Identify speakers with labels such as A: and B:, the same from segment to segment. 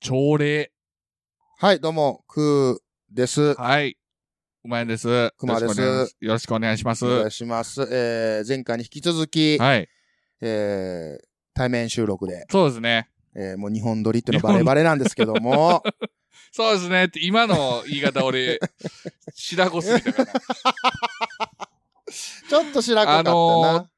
A: 朝礼。
B: はい、どうも、くーです。
A: はい。うまいです。
B: 熊です
A: よろしくお願いします。
B: お
A: よ
B: 願
A: ろ
B: い
A: しく
B: します。えー、前回に引き続き、
A: お願いします。はい。
B: えー、対面収録で、
A: そうですね。
B: えー、もう日本撮りっていうのはバレバレなんですけど も、
A: そうですねって、今の言い方俺、 白子すぎたから。
B: ちょっと白くかったな。
A: あの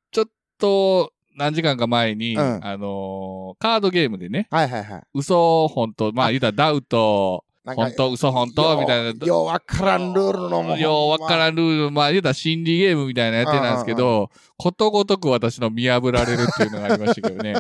A: と、何時間か前に、
B: うん
A: あのーカードゲームでね、
B: はいはいはい。
A: 嘘、本当まあ言うたらダウト、
B: なん
A: 本当嘘、本当みたいな。
B: ようわからんルールのもん
A: ようわからんルール、まあ言うたら心理ゲームみたいなやつなんですけど、ことごとく私の見破られるっていうのがありましたけど ね。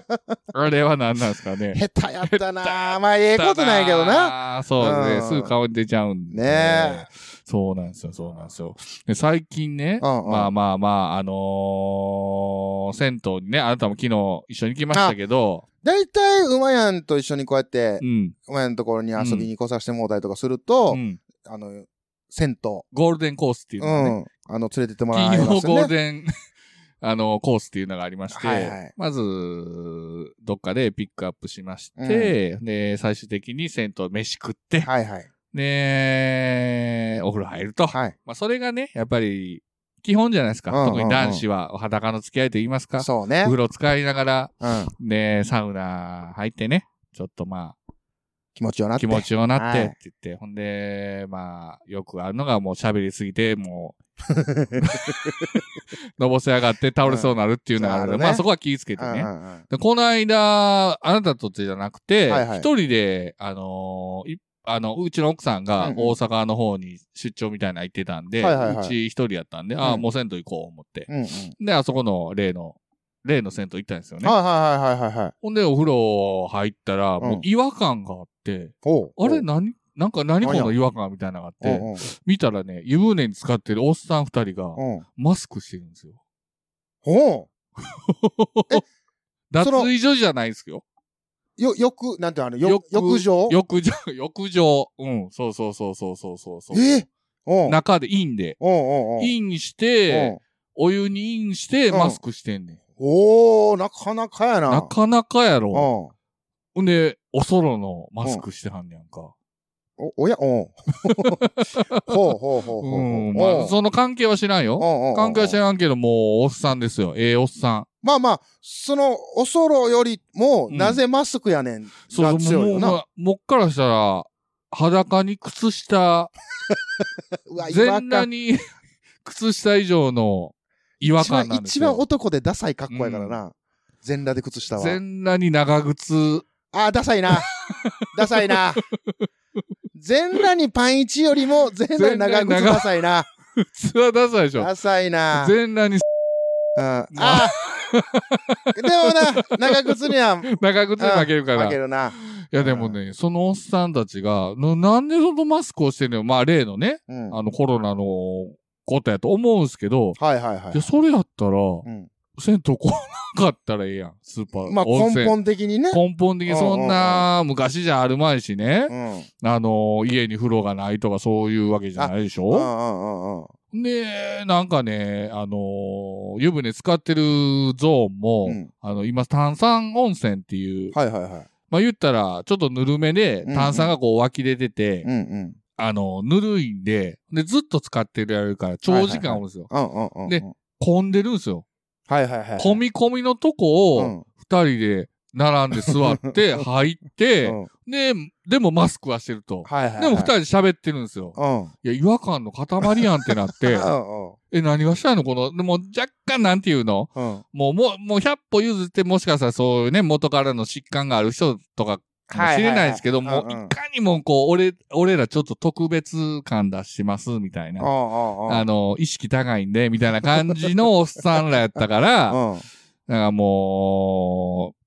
A: あれは何なんですかね。
B: 下手やったなまあ、ええことないけどな。
A: な。そうですね、
B: うん
A: すぐ顔に出ちゃうんで。
B: ね
A: そうなんですよ、そうなんですよ。で最近ね、
B: うんうん
A: まあまあまあ、あのー銭湯にね、あなたも昨日一緒に来ましたけど、
B: だいたい、馬やんと一緒にこうやって
A: う、ん、
B: 馬やんのところに遊びに来させてもらったりとかすると、
A: うん
B: あの、銭湯、
A: ゴールデンコースっていう
B: う
A: のがね、
B: ん、あの、連れてってもらいま
A: 金曜
B: した
A: ゴール
B: ね。
A: デン、 あの、コースっていうのがありまして、
B: はいはい
A: まず、どっかでピックアップしまして、で、最終的に銭湯飯食って、
B: はいはい。
A: で、お風呂入ると。
B: はい。
A: まあ、それがね、やっぱり、基本じゃないですか。
B: うんうんうん
A: 特に男子は裸の付き合いと言いますか。
B: そう
A: お
B: ね。
A: 風呂使いながら、
B: うん。
A: ね、サウナ入ってね、ちょっとま
B: 気持ちよな
A: あ、
B: って。
A: 気持ちよくなって
B: は
A: っ
B: い
A: て言って、ほんで、まあ、よくあるのがもう喋りすぎて、も う、のぼせ上がって倒れそうになるっていうのがあるけど、
B: うん
A: ま
B: あ
A: あ
B: るね
A: そこは気ぃつけて
B: うんう
A: ね。
B: んうん
A: でこの間、あなたとってじゃなくて、一、
B: はいはい
A: 人で、あのーいあの、うちの奥さんが
B: うんうん
A: 大阪の方に出張みたいなの行ってたんで、
B: はいはいはいう
A: ち一人やったんで、ああ、
B: うん
A: もう銭湯行こう思って。
B: うんうん。
A: で、あそこの例の、例の銭湯行ったんですよね。
B: はいはいはいはいはいはい。
A: ほんで、お風呂入ったら、
B: ん
A: もう違和感があって、
B: おう
A: あれ
B: おう
A: 何なんか何こ
B: 何
A: の
B: や
A: 違和感みたいなのがあって、
B: うん
A: 見たらね、湯船に使ってるおっさん二人が
B: うん。うん
A: マスクしてるんですよ。
B: おう
A: 脱
B: その
A: 衣所じゃないですよ。
B: よ、よく、なんていうのあの、よ浴場
A: 浴 場、浴場。うん、そうそうそうそうそうそうそう。
B: えおう
A: 中でインで。
B: おうおうおう
A: インし
B: お
A: て
B: う、
A: お湯にインして、
B: うん
A: マスクしてんねん。
B: おー、なかなかやな。
A: なかなかやろ。
B: おう
A: ほんで、おそろのマスクしてはんねやんか。
B: お、おや、おう ほうほうほうほう
A: う
B: ほ
A: ん、
B: う。
A: ま
B: お
A: あ、
B: う
A: その関係は知らんよ。
B: おうおうおう
A: 関係は知らんけど、もう、おっさんですよ。ええおっさん。
B: まあまあ、その、おそろよりも、
A: うん
B: なぜマスクやねん。
A: そう
B: が
A: そう、
B: 強い
A: も
B: よ
A: う、
B: な。
A: もうもっからしたら、裸に靴下、
B: うわ、違和
A: 全裸
B: 感。
A: に 靴下以上の違和
B: 一
A: 感
B: 番、
A: なんです
B: 一
A: よ。
B: 番男でダサい格好やからな。全裸で靴下は。
A: 全裸に長靴
B: あー、ダサいな。ダサいな。全裸にパンイチよりも全裸に長
A: 全裸
B: 靴
A: に長
B: ダサいな。
A: 普通はダサいでしょ。
B: ダサいな。
A: 全裸に
B: うん、ああー。でもな、長靴には負
A: 長靴で負けるから。
B: け
A: い
B: るな。
A: やでもね、そのおっさんたちが、ななんでそのマスクをしてるのよ。まあ例のね、
B: うん。は
A: あのコロナのことやと思うんすけど、
B: いはいはい
A: や、。それやったら、
B: うん、
A: 銭湯来なかったらええやん。スーパー。
B: まあ
A: 温泉
B: 根。本的にね。
A: 根本的にそんな、昔じゃあるまいしね
B: う、ん。うん
A: あの、家に風呂がないとかそういうわけじゃないでし
B: う
A: ょ
B: んうんうん。
A: で、なんかね、あの、湯船使ってるゾーンも、
B: うん
A: あの、今、炭酸温泉っていう、
B: はいはいはい。
A: まあ言ったら、ちょっとぬるめで
B: うんう、ん
A: 炭酸がこう湧き出てて、
B: うんうん。
A: あの、ぬるいんで、で、ずっと使ってられるから、長時間おるんですよ。
B: うんうんうんうん。
A: で混んでるんですよ。
B: はいはいはい。
A: 込み込みのとこを、
B: うん
A: 二人で並んで座って、入っ
B: う
A: て、
B: ん。
A: で、でもマスクはしてると。
B: はいはいはい。
A: でも二人で喋ってるんですよ。
B: うん。うん
A: いや、違和感の塊やんってなって、
B: う
A: え、何がしたいのこの、でも若干なんていうの
B: んうん。
A: もう、もう、もう100歩譲って、もしかしたらそういうね、元からの疾患がある人とか、かもしれないですけど、
B: はいはいはいうん
A: も
B: う
A: う、
B: ん
A: いかにもこう、俺、俺らちょっと特別感出してます、みたい
B: うんう
A: な。
B: んうん。
A: あの、意識高いんで、みたいな感じのおっさんらやったから、
B: うん。
A: なんかもう、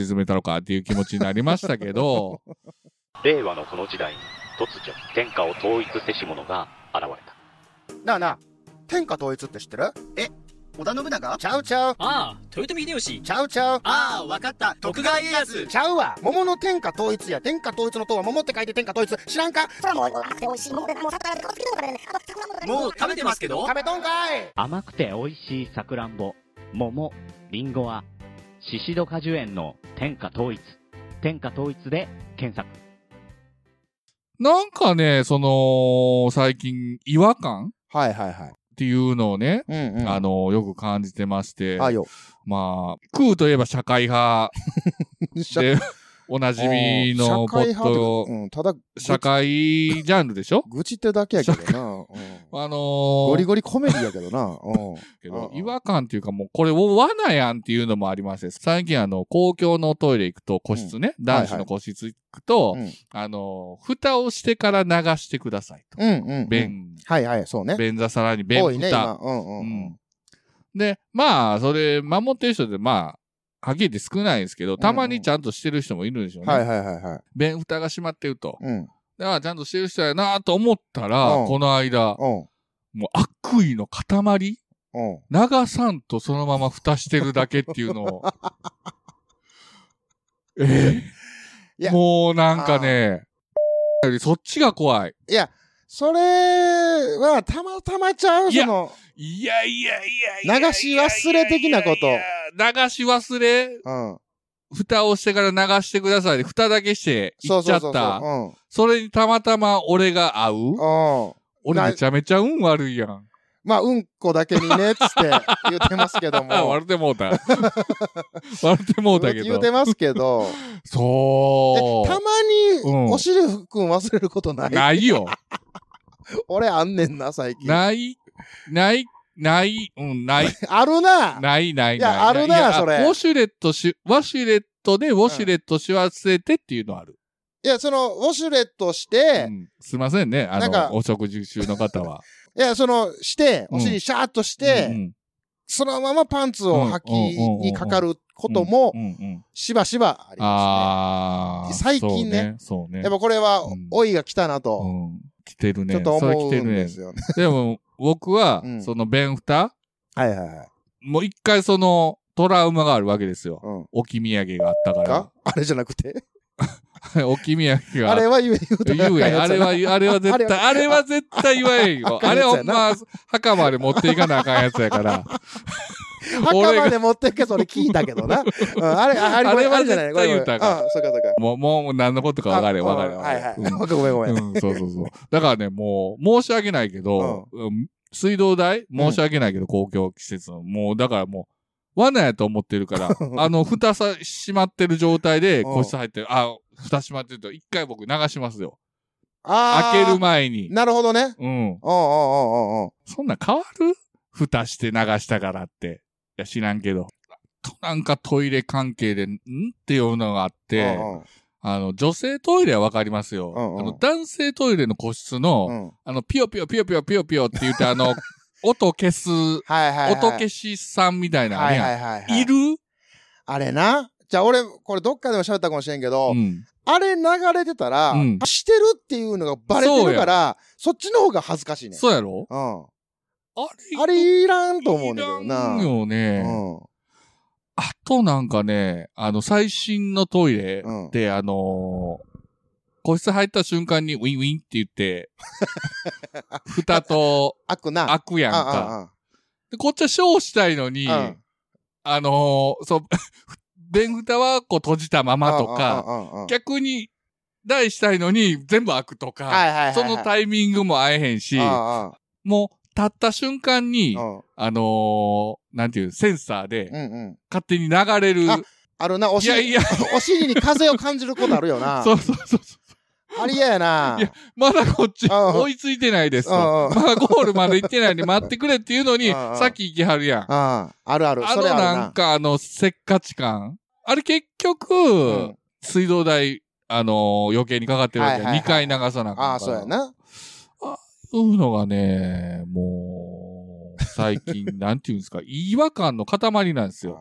A: 沈めたのかっていう気持ちになりましたけど、
C: 令和のこの時代に突如天下を統一せし者が現れた
D: なあなあ天下統一って知ってるえ織田信長ちゃうちゃう
E: ああ、豊臣秀吉。
D: ちゃうちゃう
E: ああ、わかった。徳川家康。
D: ちゃうわ桃の天下統一や天下統一の塔は桃って書いて天下統一知らんか
F: それはもう甘くて美味しいもので、もう魚で顔つけてるのかね。あと魚もね
E: もう食べてますけど。
D: 食べとんかい
G: 甘くて美味しいさくらんぼ、桃、りんごは、シシド果樹園の天下統一。天下統一で検索。
A: なんかね、その、最近、違和感
B: はいはいはい。
A: っていうのをね、
B: うんうん。
A: あの、よく感じてまして、
B: あよ。
A: まあ、空といえば社会派
B: 社
A: で、おなじみのポ
B: 会
A: ッ
B: 派と
A: ト
B: か、うん、ただ、
A: 社会ジャンルでしょ
B: 愚痴ってだけやけどな。うん
A: あの
B: ゴリ
A: ー、
B: ゴリコメディやけどな。うん
A: け
B: うん
A: ど
B: うん
A: 違和感っていうかもうこれ罠やんっていうのもありまして、最近あの、公共のトイレ行くと個室ね、
B: はいはい
A: 男子の個室行くと、
B: うん
A: あのー、蓋をしてから流してくださいと。
B: うんうんうん。
A: 便、
B: はいはい、そうね。
A: 便座さらに便
B: 多
A: 蓋。
B: いね、今。うんうんうん。
A: で、まあ、それ、守ってる人で、まあ、はっきり言って少ないですけど、たまにちゃんとしてる人もいるんでしょうね。
B: はいはいはいはい。
A: 便蓋が閉まってると。
B: うん。
A: だから、ちゃんとしてる人やなと思ったら、
B: うん
A: この間、
B: うん。
A: もう悪意の塊
B: うん。
A: 長さんとそのまま蓋してるだけっていうのを。 ええ
B: いや
A: もうなんかね、よりそっちが怖い。
B: いや、それはたまたまちゃう
A: いや
B: その、
A: いやいやいやいやいや
B: 流し忘れ的な
A: い
B: こと
A: やいやいや流し忘れ
B: うん。
A: 蓋をしてから流してくださいで、蓋だけして行
B: そう
A: っち
B: そ
A: ゃ
B: う
A: っ
B: そう
A: た。
B: そう。
A: それにたまたま俺が会う
B: うん。うん。
A: 俺めちゃめちゃ運悪いやん。
B: まあ、うんこだけにね、つって言ってますけど
A: あ、
B: も。
A: 笑ってもうた。笑ってもうたけ
B: 言
A: ど
B: う。てます けど。
A: そ
B: え
A: う。
B: たま
A: うん
B: に、お尻ふっくん忘れることない。
A: ないよ。
B: 俺あんねんな、最近。
A: ない、ない、ない、うん、 ない、
B: あるな。
A: ない、ない、
B: いや
A: ない
B: あるない
A: や
B: そ
A: ウ
B: れ
A: ォシュレットし、ウォシュレットでウォシュレットし忘れてっていうのある。
B: いや、その、ウォシュレットし
A: う
B: て、
A: んすいませんね、あ
B: なんか
A: の、お食事中の方 は。
B: いや、その、して、
A: うん
B: お尻シャーっとし
A: うんう
B: て、
A: ん
B: そのままパンツを履きにかかることも
A: う、んうん
B: しばしばありま
A: あー
B: 最近ね。
A: そう
B: す
A: ね。そう
B: ね。や
A: ね
B: っぱこれは
A: うん、
B: 老いが来たな
A: う
B: と、
A: ん来てるね。
B: ちょっと
A: それ来
B: 思う
A: てる
B: んで
A: ね。
B: すよね。
A: でも、僕は
B: う、ん
A: その、弁蓋
B: はいはいはい。
A: もう一回その、トラウマがあるわけですよ。
B: うん。
A: 置き土産があったか
B: があれじゃなくて
A: ら。 置き土産があ
B: あ
A: っ
B: れは言う、言うたら
A: 言う
B: あかん
A: やん。あ
B: やつ
A: れ
B: やな
A: は、あれは絶対、あれは絶対言わへんよ。
B: あ
A: あ
B: あ
A: れ
B: れは
A: ほんま、墓まで持っていかなあかんやつやから。俺
B: 墓
A: が
B: まで持ってけ、それ聞いたけどな。うん、あれ、ああれ、
A: あれは
B: あれじゃない、
A: 絶
B: こ
A: 対
B: れこれ。
A: 言
B: う、
A: うんた
B: そ
A: らあ
B: う
A: かん
B: かそうか。
A: もう、もう何のことか分かれん、
B: あ
A: 分かれん。
B: う
A: 分
B: んは
A: か
B: い
A: れん
B: はい。
A: うん
B: ごめんごめん。
A: うん、そうそうそう。だからね、もう、申し訳ないけど、うん水道代申し訳ないけど、公共施設の。もう、だからもう、罠やと思ってるから、あの、蓋さ、閉まってる状態で、
B: うん
A: 個室入ってる。あ、蓋閉まってると、一回僕流しますよ。
B: あー
A: 開ける前に。
B: なるほどね。
A: うん。
B: うんうんうんうんうん。
A: そんなん変わる蓋して流したからって。いや、知らんけど。となんかトイレ関係で、んっていうのがあって、あの、女性トイレはわかりますよ。
B: うんうん
A: あの、男性トイレの個室の、
B: うんうんうん。
A: あの、ピヨピヨピヨピヨピヨピヨって言って、あ の、音消す、
B: はいはいはい。
A: 音消しさんみたいなのあ
B: は
A: る
B: い
A: やん。
B: はいいはいはい。
A: る、
B: あれな。じゃあ俺、これどっかでも喋ったかもしれんけど、
A: うん。
B: あれ流れてたら、
A: うん
B: してるっていうのがバレてるから、そっちの方が恥ずかしいね。
A: そうやろ
B: うん。
A: あれ
B: あれいらんと思うんだけどな。
A: いらんよね。あとなんかね、あの、最新のトイレって、あのー個室入った瞬間にウィンウィンって言 って、蓋と
B: あくな。
A: 開くやん
B: あ
A: か。でこっちはショーしたいのに、
B: あああうん
A: あのーそう、 便蓋はこう閉じたままとか、
B: うんうんうんうん
A: 逆に台したいのに全部開くと
B: は
A: か、
B: いはいはいはい。
A: そのタイミングも合えへんし、
B: あ
A: もう立った瞬間に
B: あ、ああ
A: あのーなんていう、センサー
B: うん
A: で
B: うんうん。
A: 勝手に流れる。
B: ああるな、お
A: いや
B: 尻、
A: いや、
B: お尻に風を感じることあるよな。
A: そうそうそう。
B: ありややな。
A: いやまだこっち
B: うんうん
A: 追いついてないですと。
B: うんうん
A: まだゴールまで行ってないんで待ってくれっていうのに、
B: うんうん
A: さっき行きはるやん。あ
B: ああ、あるある。そ
A: の
B: れある
A: なん
B: な。
A: かあの、せっかち感。あれ結局、
B: うん
A: 水道代、あのー余計にかかってるわけや、
B: はいはいはい
A: 2回流さなあかんから。
B: ああ、そうや。な。
A: そういうのがね、もう、最近、なんていうんですか、 違和感の塊なんですよ。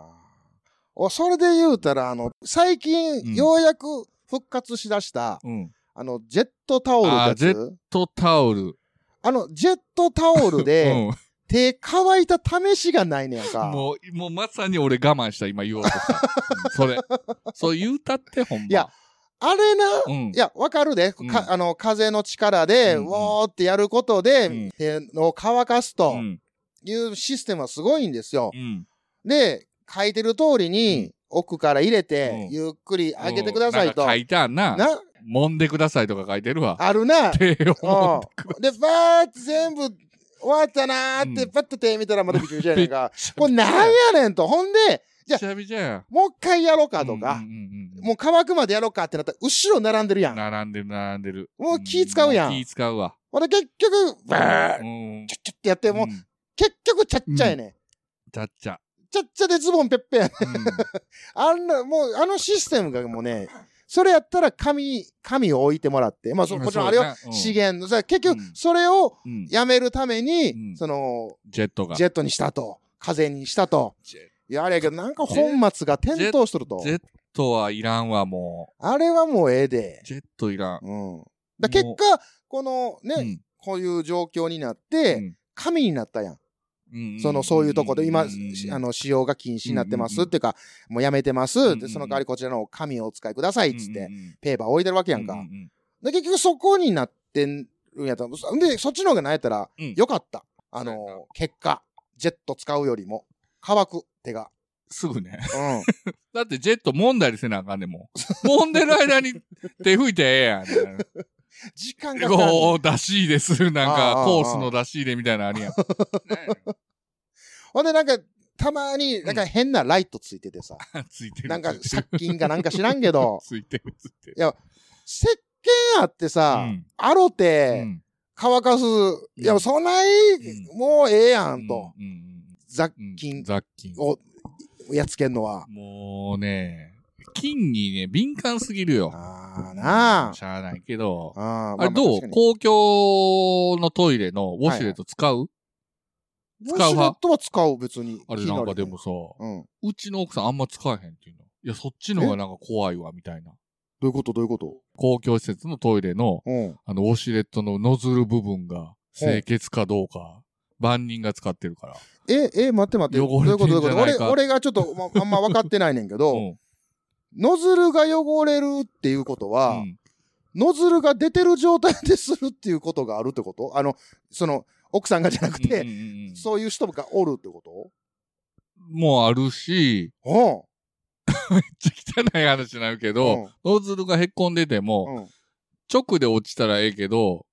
B: お、それで言うたら、あの、最近、
A: うん
B: ようやく復活しだした、
A: うん。
B: あの、ジェットタオル
A: あ
B: っ
A: ー
B: て
A: ジェッ
B: やつ。
A: とタオル。
B: あの、ジェットタオル
A: う
B: で、
A: ん。
B: 手乾いた試しがないねやんか。
A: もう、もうまさに俺我慢した、今言おうとした。うんそ れ。そう言うたって、ほんま。
B: いや、あれな、
A: うん
B: い。や、わかるで。か
A: うん
B: あの、風の力で、
A: うんうん
B: うーってやることで、
A: うん
B: 手を乾かすと
A: うん。
B: いうシステムはすごいんですよ
A: う。ん。
B: で、書いてる通りに、奥から入れて、
A: うん
B: ゆっくり上げてください
A: なん
B: と
A: か。書いてあんな。
B: な、
A: 揉んでくださいとか書いてるわ。
B: ある な。うん。
A: 手を。
B: で、ばーって全部終わったなーっ
A: う
B: て、
A: ん
B: パッと手見たらまたびちょびちょやね んか。
A: こ
B: これなんやねんと。ほんで、じゃ
A: びちゃびちゃや。
B: もう一回やろうかとか
A: うん、うんうんうん
B: もう乾くまでやろうかってなったら、後ろ並んでるやん。
A: 並んでる、並んでる。
B: もう気使うやん
A: 気使うわ。
B: ほんで結局、ばー
A: う
B: っ
A: ん
B: ち。ょっちょってやって、もう
A: うん
B: 結局ちゃっちゃやねん。
A: ちゃっちゃ。
B: ちゃっちゃでズボンぺっぺやねん。
A: うん
B: あんな、もうあのシステムがもうね、それやったら紙、紙を置いてもらって、まあ そ、もちろんあれは、
A: そうねうん
B: 資源の、さ結局
A: うん
B: それを
A: うん
B: やめるために、
A: うん
B: その、
A: ジェットが。
B: ジ
A: ジ
B: ェットにしたと、風にしたと。
A: ェッ
B: いや、あれやけど、なんか本末が転倒しとると
A: ジ。ェットはいらんわ、も
B: あれはもうええで
A: う。。ジェットいらん。
B: うん。だ結果、このね、
A: うん
B: こういう状況になって、
A: うん
B: 神になったやん。
A: うんん
B: その、そういうとこで、今、
A: うんうんうん
B: しあの、使用が禁止になってま
A: うんうん
B: す。
A: う
B: っ
A: ん
B: ていうか、もうやめてます。
A: んうん
B: で、その代わりこちらの紙をお使いください。っつっ
A: う
B: て
A: ん、うんうん
B: ペーパー置いてるわけやん
A: う
B: か
A: う。ん
B: で、結局そこになってんやと。で、そっちの方がなんやったら
A: うん、
B: よかった。あ
A: そうやな
B: の、結果、ジェット使うよりも、乾く、手が。
A: すぐね。
B: うん。
A: だってジェット揉んだりせなあかんねんもん。揉んでる間に手拭いてええやんみたいな。
B: 時 間がかかる。
A: こう、出し入れする、なん
B: あああ
A: か、
B: あ
A: コースの出し入れみたいなのあるやん。
B: ほんで、なんか、たまに、なんか変なライトついててさ、
A: ついてる。
B: なんか
A: ついてる、
B: 殺菌かなんか知らんけど
A: ついてる、ついてる。
B: 石鹸あってさ、
A: うん
B: アロ
A: う
B: テ、
A: ん
B: 乾かす、いや、そない、
A: う
B: もうええやんと、
A: うんうん
B: 雑
A: うん
B: 菌
A: 雑菌。
B: をやっつけんのは。
A: もうね、菌にね、敏感すぎるよ。
B: ああなあ。
A: しゃあないけど。
B: あ
A: あれどう公共のトイレのウォシュレット使う
B: 使
A: 使う派
B: うシュレットは使う、別に。
A: あれなんかでも
B: 気
A: さ、
B: になるね。うん。
A: うちの奥さんあんま使えへんっていうの。いや、そっちの方がなんか怖いわ、みたいな。
B: どういうことどういうこと
A: 公共施設のトイレの、
B: うん。
A: あの、ウォシュレットのノズル部分が清潔かどうか、万人が使ってるから。
B: え、え、待って待って。ど
A: 汚
B: うい
A: れ
B: う
A: て
B: こ
A: ん
B: と
A: じ
B: ど
A: ゃ
B: うい
A: な
B: うこと
A: い
B: 俺、
A: か
B: 俺がちょっと、ま、 あんま分かってないねんけ
A: う
B: ど、
A: ん。
B: ノズルが汚れるっていうことは、
A: うん
B: ノズルが出てる状態でするっていうことがあるってことあの、その、奥さんがじゃなく
A: うん
B: て、
A: うんうんうん
B: そういう人がおるってこと
A: もうあるし、
B: う
A: めっちゃ汚い話になるけ
B: ん。
A: ど、ノズルがへっこんでて
B: う
A: も、
B: ん。うん。
A: 直で落ちたらええけど、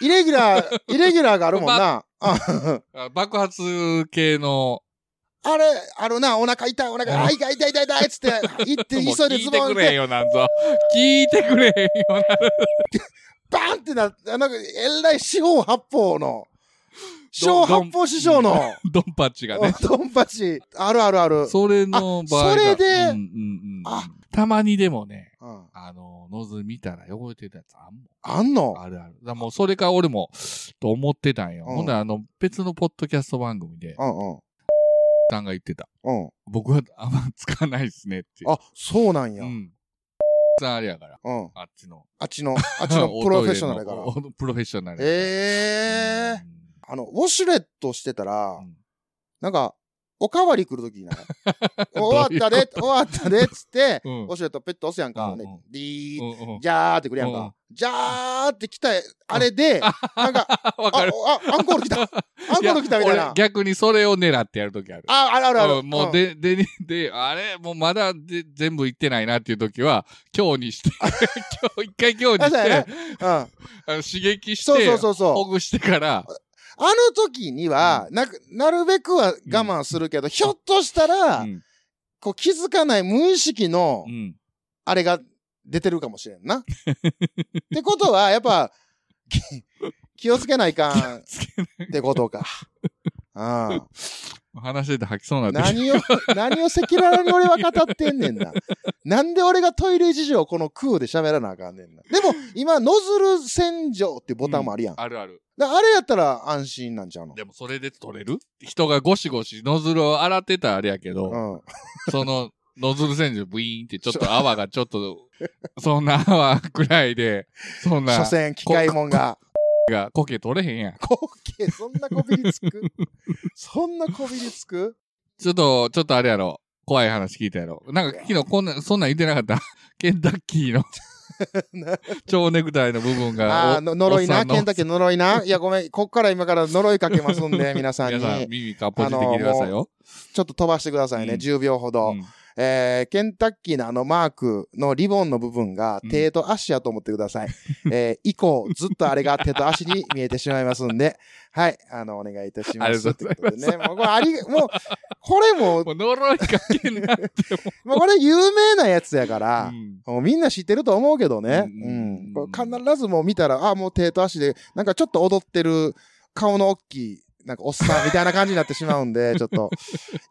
B: イレギュラー、イレギュラーがあるも んな。あ
A: あ爆発系の、
B: あれ、あるな、お腹痛い、お腹、あ、痛い痛い痛い痛いっつ って、行って、
A: もう
B: 急いで
A: 聞
B: ズ
A: いて
B: ボン
A: く
B: っ
A: れん
B: て、
A: よ、なんぞ。 聞いてくれんよ、なんぞ
B: バーンってな、なんか、えらい四方八方の、小八方師匠の、
A: ドンパッチがね。
B: ドンパチ、あるあるある。
A: それの場合が
B: あそれで
A: うんうんうん
B: あ
A: たまにでもね、
B: うん
A: あの、ノズル見たら汚れてたやつあんもん。
B: あんの
A: あるある。だからもうそれか俺も、と思ってたんよ。
B: うん
A: ほんならあの、別のポッドキャスト番組で、
B: うんうん。
A: さんが言ってた。
B: うん。
A: 僕はあんま使わないっすねって。
B: あ、そうなんや。
A: う
B: うん。
A: ん。さんあれやから、あっちの。
B: あっちの、あっ ちのプロフェッショナルやから。
A: おトイレのおプロフェッショナルやから。
B: ええ
A: う
B: あの、ウォシュレットしてたら、
A: ん
B: なんか、おかわり来るときにな。 終わったで、終わったで、つって、
A: うん
B: ウォシュレットペット押すやんか。
A: うん
B: で
A: うん
B: リ
A: う
B: ー、
A: んうん。
B: じゃーってくるやん
A: う
B: か
A: ん。
B: じゃーって来た、あれで、なんか、あ、
A: わかる。
B: あ、アンコール 来た。アンコール来たみた
A: や
B: いな
A: 俺。逆にそれを狙ってやるときある。
B: あ、あるあるある。
A: うんもう、
B: ん、
A: で、で、で、あれ、もうまだで全部行ってないなっていうときは、今日に して、今日、一回今日に
B: あそうや
A: し
B: ね
A: て、
B: うん。そう
A: あの刺激して、
B: そうそうそう
A: ほ。ぐしてから、
B: あの時には、なく、なるべくは我慢するけど、ひょっとしたら、
A: うん。
B: こう気づかない無意識の
A: う、ん。
B: あれが出てるかもしれんな。ってことは、やっぱ、き気をつけないかんっ
A: つけ
B: てこ とか。うん
A: 話してて吐きそうになってき
B: 何を、何を赤裸々に俺は語ってんねんな。なんで俺がトイレ事情をこの空で喋らなあかんねんな。でも、今、ノズル洗浄ってボタンもあるやん。
A: た。あるある。
B: だからあれやったら安心なんちゃうの。
A: でもそれで取れる人がゴシゴシノズルを洗ってたあれやけど、
B: うん。
A: その、ノズル洗浄ブイーンってちょっと泡がちょっと、そんな泡くらいで、そんな
B: 所、詮、機械もんが。
A: が、コケ取れへんやん。
B: こけ、そんなこびりつくそんなこびりつく
A: ちょっと、ちょっとあれやろ。怖い話聞いたやろ。なんか昨日こんな、そんなん言ってなかった。 ケンタッキー の蝶ネクタイの部分が。
B: ああ、の呪いな、ケンタッ
A: キ
B: キーの呪いな。いや、ごめん、こっから今から呪いかけますんで、皆さ ん
A: 皆さん
B: に。
A: 耳かっぽじって聞いてくださいよ。
B: ちょっと飛ばしてくださいね、
A: うん
B: 10秒ほど。
A: うん
B: えーケンタッキーのあのマークのリボンの部分が
A: うん
B: 手と足やと思ってくださ い。えー以降、ずっとあれが手と足に見えてしまいます んで、はい、あの、お願いいたします。
A: ありがとうございます
B: ということでね、もうこれあり、もう、これも、
A: もう呪いかけんな って
B: まあ、これ有名なやつやか
A: 思
B: ら
A: う、ん
B: もうみんな知ってると思うけどね。
A: うん
B: う
A: うん
B: ん。これ必ずもう見たら、あ、もう手と足で、なんかちょっと踊ってる顔の大きい、なんかおっさんみたいな感じになってしまうんで、ちょっと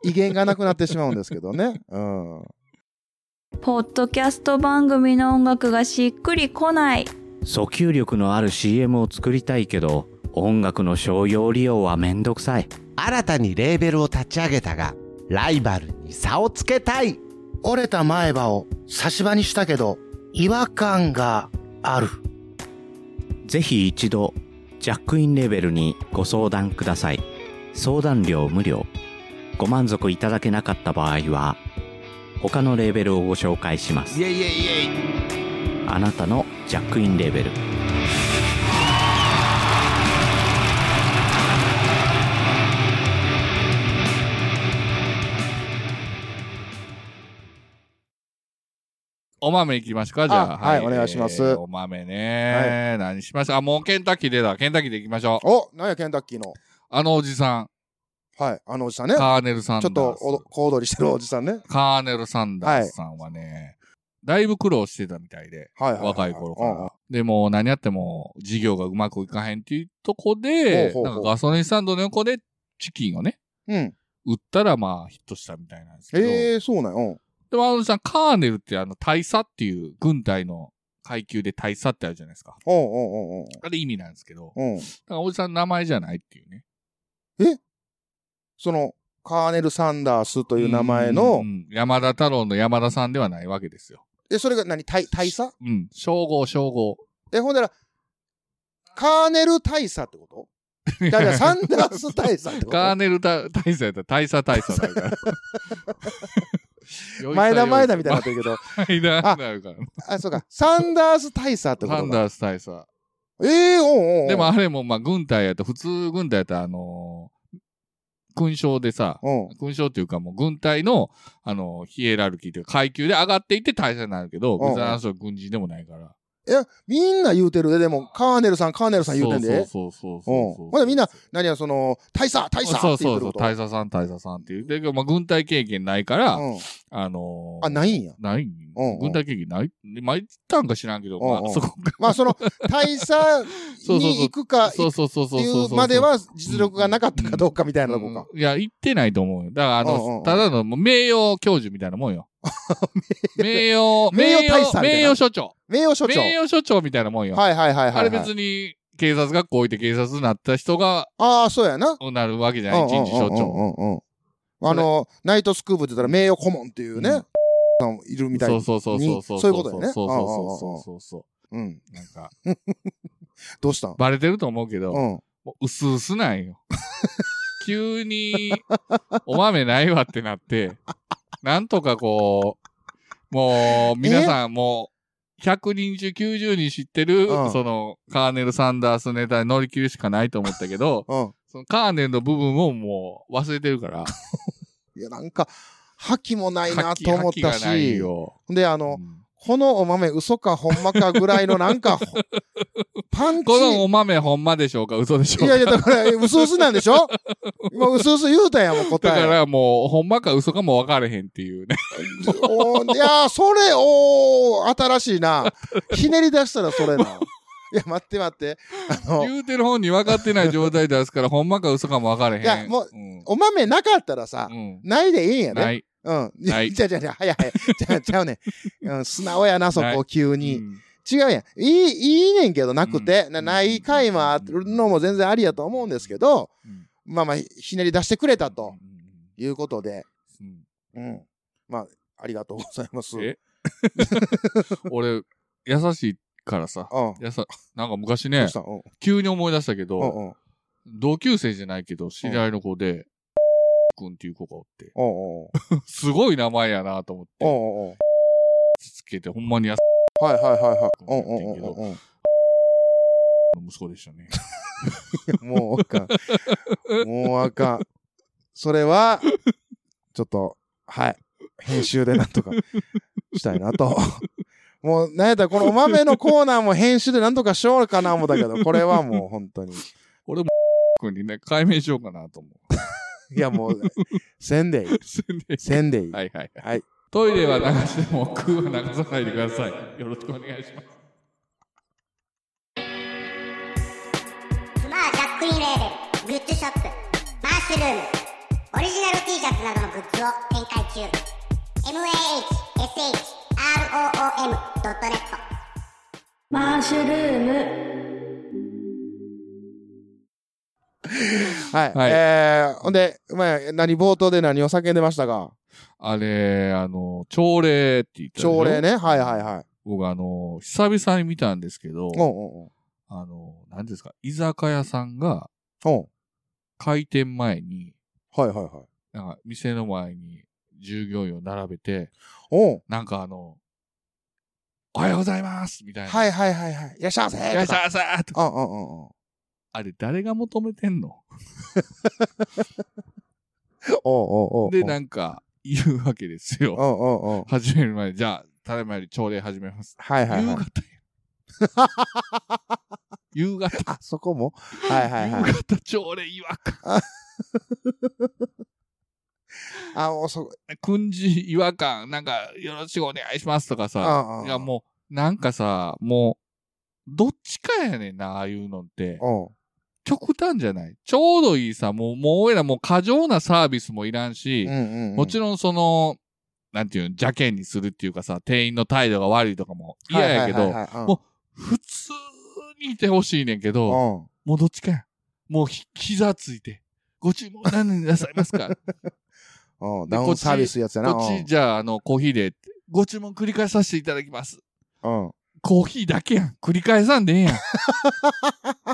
B: 威厳がなくなってしまうんですけどね。うん。
H: ポッドキャスト番組の音楽がしっくりこない。
G: 訴求力のある CM を作りたいけど音楽の商用利用はめんどくさい
I: 新たにレーベルを立ち上げたがライバルに差をつけたい
D: 折れた前歯を差し歯にしたけど、違和感がある。
G: ぜひ一度ジャックインレーベルにご相談ください相談料無料ご満足いただけなかった場合は他のレーベルをご紹介します
I: イエイイエイイエイ
G: あなたのジャックインレーベル
A: お豆いきましょうか、じゃあ。
B: あはいお願いします
A: えーお豆ね、何しましょう。あ、もうケンタッキー出た。ケンタッキーでいきましょう。
B: おなんや、ケンタッキーの。
A: あのおじさん、
B: はい。あのおじさんね。ちょ
A: カーネル・サンダ
B: っ
A: ー
B: と
A: ス。
B: おど小躍りしてるおじさんね。
A: カーネル・サンダースさんはね、だいぶ苦労してたみたいで、
B: はいはい、はい。
A: 若い頃か
B: うんうん
A: ら。でも、何やっても、事業がうまくいかへんっていうとこで、
B: ほうほう
A: なん
B: ほう
A: かガソリンスタンドの横でチキンをね、
B: うん。
A: 売ったらまあヒットしたみたいなんですけど、
B: ええー、そうなんよ。
A: でもあのさん、カーネルってあの、大佐っていう軍隊の階級で大佐ってあるじゃないですか。
B: うん。うんうんうん
A: あれ意味なんですけど、だ
B: うん。うん。
A: からおじさんの名前じゃないっていうね。
B: その、カーネル・サンダースと
A: と
B: いう名前の、
A: 山田太郎の山田さんではないわけですよ。
B: え、それが何大、大佐
A: うん。称号、称号。
B: え、ほんだら、カーネル大佐ってことだからサンダース大佐ってこ
A: カー
B: と
A: ネル大大佐やったら大佐大佐だ から。
B: 前田前田みたいになってるけど、
A: 前田になるから。
B: あ、そうか、サンダース大佐ってこ
A: サ
B: と
A: ン
B: だ。
A: ダース大佐。
B: ええー、おんおんおん。
A: でも、あれもまあ軍隊やったら、普通軍隊やったらあのー勲章でさ、
B: うん。
A: 勲章っていうかもう軍隊の、あの、ヒエラルキーというか階級で上がっていって大佐になるけど、
B: うんうん
A: 別にあの人は軍人でもないから。
B: いや、みんな言うてるで、でも、カーネルさん、カーネルさん言うてんで。
A: そうそうそう
B: う
A: そ
B: ん
A: うそう。
B: ほんでみんな、何や、その、大佐
A: そう
B: 大佐っ
A: そ
B: て言っ
A: う
B: て
A: そ
B: る
A: う、
B: こと。
A: 大佐さん、大佐さんって言う。で、まあ軍隊経験ないから、
B: うん。
A: あのー
B: あ、ないんや。
A: ない
B: うんうん
A: 軍隊経験ないでまあ、行ったんか知らんけど、
B: うんうん
A: まあ、そこが。
B: まあ、その、大佐
A: そうそう
B: に
A: そう
B: 行くか、
A: そう
B: 行く
A: そうそうそうそう
B: ってい
A: そうう。
B: までは実力がなかったかどうかみたいなとこか。
A: うんいや、行ってないと思うよ。だから、あの、
B: うんうんうん
A: ただのもう名誉教授みたいなもんよ。名誉、
B: 名誉大佐みたいな
A: 名誉所長。
B: 名誉所長。
A: 名誉所長みたいなもんよ。
B: はいはいはいはいはい。
A: あれ別に警察学校行って警察になった人が
B: ああ、そうやな。
A: なるわけじゃない。一日所
B: うんうん
A: 長。
B: うんうんあの、ナイトスクープって言ったら名誉顧問っていうね、
A: うん
B: さんいるみたい
A: そ
B: に
A: うそうそうそうそう。
B: そういうことだよね
A: そうそうそうそうそう
B: うん。
A: そう。なんか、
B: どうしたん
A: バレてると思うけど、
B: う
A: も
B: ん。
A: う薄々なんよ。 急に、お豆ないわってな って、なんとかこう、もう、皆さんもう、100人中90人知ってる、
B: うん
A: その、カーネル・サンダースネタに乗り切るしかないと思ったけど、
B: うん。
A: そのカーネルの部分をもう忘れてるから、
B: いや、なんか、覇気もないな
A: 覇気
B: と思っ
A: 覇
B: た
A: 気がない
B: し、
A: よ
B: で、あ
A: う
B: の、
A: ん
B: このお豆嘘かほんまかぐらいのな んか、パンチ。
A: このお豆ほんまでしょうか嘘でしょ
B: いう
A: か
B: やいや、だから、薄々なんでしょ今、薄々言うたやん、もう
A: だ
B: 答
A: か
B: え。
A: らもう、ほんまか嘘かも分かれへんっていうね。
B: おーいやー、それ、おー、新しいな。ひねり出したらそれな。いや、待って待って。あの、
A: 言うてる本に分かってない状態ですから、ほんまか嘘かも分かれへん。
B: いやもう
A: うん、
B: お豆なかったらさ
A: う、ん。
B: ないでいいんや
A: な
B: ね。
A: い。
B: うん。
A: ない
B: じゃじゃじゃ、早い早い。じ ゃちゃうね。うん、素直やな、そ
A: な
B: こ、
A: い
B: 急
A: う
B: に。
A: ん
B: 違うやん。いい、いいねんけど、なくて。
A: うん
B: なない回もあるのも全然ありやと思うんですけど、
A: うん
B: まあまあ、ひねり出してくれたと
A: うん
B: いうことで、
A: うん
B: うん。まあ、ありがとうございます。
A: うん
B: うん。
A: え 俺、優しいからさ。やさ、なんか昔
B: ど
A: ね
B: うし、たうん。
A: 急に思い出したけ
B: うん
A: ど、
B: うん。
A: 同級生じゃないけど、知り合いの子で、くんっていう子がおって、
B: うんうん。
A: すごい名前やなと思っ
B: うん
A: て、
B: うんうん。
A: つけて、ほんまに優し
B: はいはいはいはい。う
A: うんん
B: うんうんうんうん。
A: い息子でしたね。
B: もうあかん。もうあかん。それは、ちょっと、はい。編集でなんとかしたいなと。もう、なんやったら、このお豆のコーナーも編集でなんとかしようかな思ったけど、これはもう本当に。
A: 俺も、君にね、解明しようかなと思う。
B: いや、もう、せんでいい。せんでいい。
A: はいはい
B: はい。
A: トイレは流しても、空は流さないでください。よろしくお願いします。
F: スマージャックインレーベルグッズショップマッシュルームオリジナル T シャツなどのグッズを展開中 mahshroom.net
H: マッシュルーム
B: はい。
A: はい
B: えー、ほんで、まあ、何、冒頭で何を叫んでましたか
A: あれ、あの、朝礼って言ったでしょ
B: 朝礼。ね。はいはいはい。
A: 僕、あの、久々に見たんですけど、
B: おうおう
A: あの、何ですか、居酒屋さんが
B: おう
A: 開店前に、
B: おうはいはいはい。
A: なんか店の前に従業員を並べて、
B: おう
A: なんかあの、おはようございますみたいな。
B: はいはいはいはい。いらっしゃいませ
A: いらっしゃいませとか
B: うんうんうんうん。
A: あれ、誰が求めてんの
B: おうおうおうおう。
A: で、なんか、言うわけです
B: おう
A: よ。
B: おうおう。
A: 始める前に、じゃあ、ただいまより朝礼始めます。
B: はいはい
A: 夕
B: はい
A: 方。や。 夕方。
B: あ、そこもはいはいはい
A: 夕。方朝礼違和感。
B: あ、おそ、
A: 訓示違和感。なんか、よろしくお願いしますとかさ。
B: うんうんうん
A: いや、もう、なんかさ、もう、どっちかやねんな、ああいうのって。
B: おう
A: 極端じゃない。ちょうどいいさ、もう、もう俺らもう過剰なサービスもいらんし、
B: うんうんうん。
A: もちろんその、なんていうの、邪険にするっていうかさ、店員の態度が悪いとかも嫌やけ
B: はい
A: ど
B: はい、はいはい
A: も普通にいてほしいねんけど、
B: うんうん
A: もうどっちかや。もうひ膝ついて、ご注文何になさいますか
B: うん。ダウンサービスやつやな。
A: こっち、じゃあ、あの、コーヒーで、ご注文繰り返させていただきます。
B: うん。うん
A: コーヒーだけやん。繰り返さんでええやん。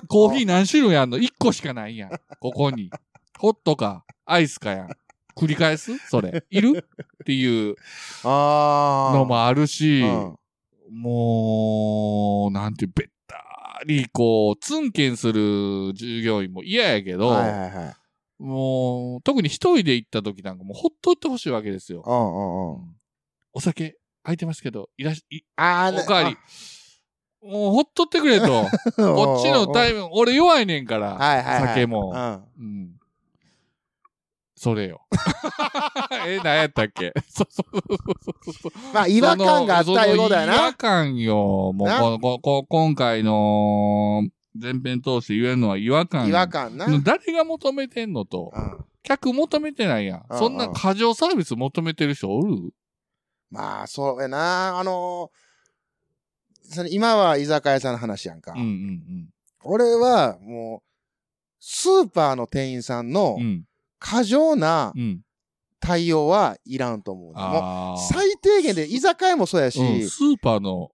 A: コーヒー何種類あんの ?1 個しかないやん。ここに。ホットか、アイスかやん。繰り返すそれ。いるっていう
B: あー。
A: のもある
B: う
A: し、
B: ん。
A: もう、なんていう、べったり、こう、ツンケンする従業員も嫌やけど、
B: はいはいはい。
A: もう、特に一人で行った時なんかもうほっといてほしいわけですよ。
B: うんうんうん。
A: お酒、空いてますけど、いらし、い
B: あ
A: おかわり。もうほっとってくれ と。こっちのタイ
B: ム。
A: ム、俺弱いねんから、
B: はいはいはい。
A: 酒
B: う
A: も。
B: ん。
A: うん。それよ。 え、何やったっけ そうそうそうそう。
B: まあ、違和感があったいうことや
A: その違和
B: な。
A: 感よ。もう
B: な
A: こここ、今回の前編通して言えるのは違和感。
B: 違和感な。
A: 誰が求めてんのと。
B: うん
A: 客求めてないやん。
B: うん
A: そんな過剰サービス求めてる人おる
B: まあ、そうやな。あのー、それ今は居酒屋さんの話やんか
A: うんう。ん
B: 俺は、もう、スーパーの店員さんの
A: うん。うん。
B: 過剰な
A: うん。
B: 対応はいらんと思う。も
A: あ
B: う
A: あ。
B: 最低限で居酒屋もそうやし、
A: うんスーパーの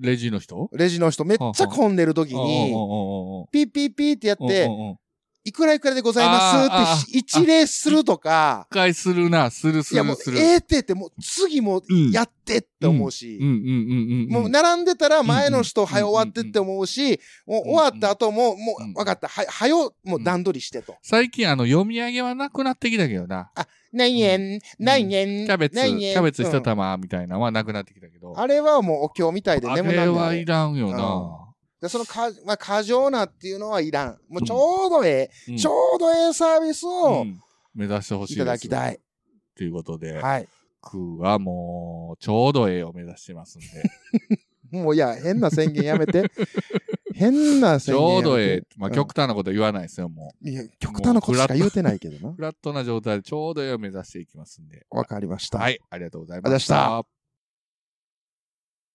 A: レジの人
B: レジの人めっちゃ混んでる時
A: うん
B: に、ピッピッピッってやっ
A: うんうんうんうんうん
B: て
A: う、んうん
B: いくらいくらでございますって一礼するとか、
A: 一回するな、するす
B: いやも
A: る
B: う
A: す、る。
B: ええってって、もう次も
A: うん
B: やってって思うし
A: うん、うんうんうん。
B: もう並んでたら前の人
A: うん
B: 早終わってって思うし、もう終わった後も、も
A: うん
B: う分かった、は、はよ、もう段取りしてと。
A: 最近あの読み上げはなくなってきたけどな。
B: 何円、何円、
A: キャベツ、キ
B: 何円
A: ャベツ一
B: うん
A: 玉みたいなのはなくなってきたけど。
B: あれはもうお経みたいで
A: あ
B: 眠
A: れ
B: なんだ
A: はい
B: よ。
A: らんよな。
B: でそのか、まあ、過剰なっていうのはいらん。もうちょうどえ
A: う
B: え、
A: ん
B: ちょうどええサービス
A: う
B: を
A: ん目指してほしい
B: い
A: です
B: ただきたい。
A: ということで、
B: はい。
A: 僕はもう、ちょうどええを目指してますん で。
B: もういや、変な宣言やめ て。変な
A: ち
B: 宣言やめて。
A: ょうどええ。まあ、
B: うん
A: 極端なことは言わないですよ、もう。
B: いや極端なことしか言うてないけど な
A: フ。ラットな状態でちょうどええを目指していきますんで。
B: わかりました。
A: はい、ありがとうござい
B: あり
A: ま
B: がとうござい
A: し
B: ましたた。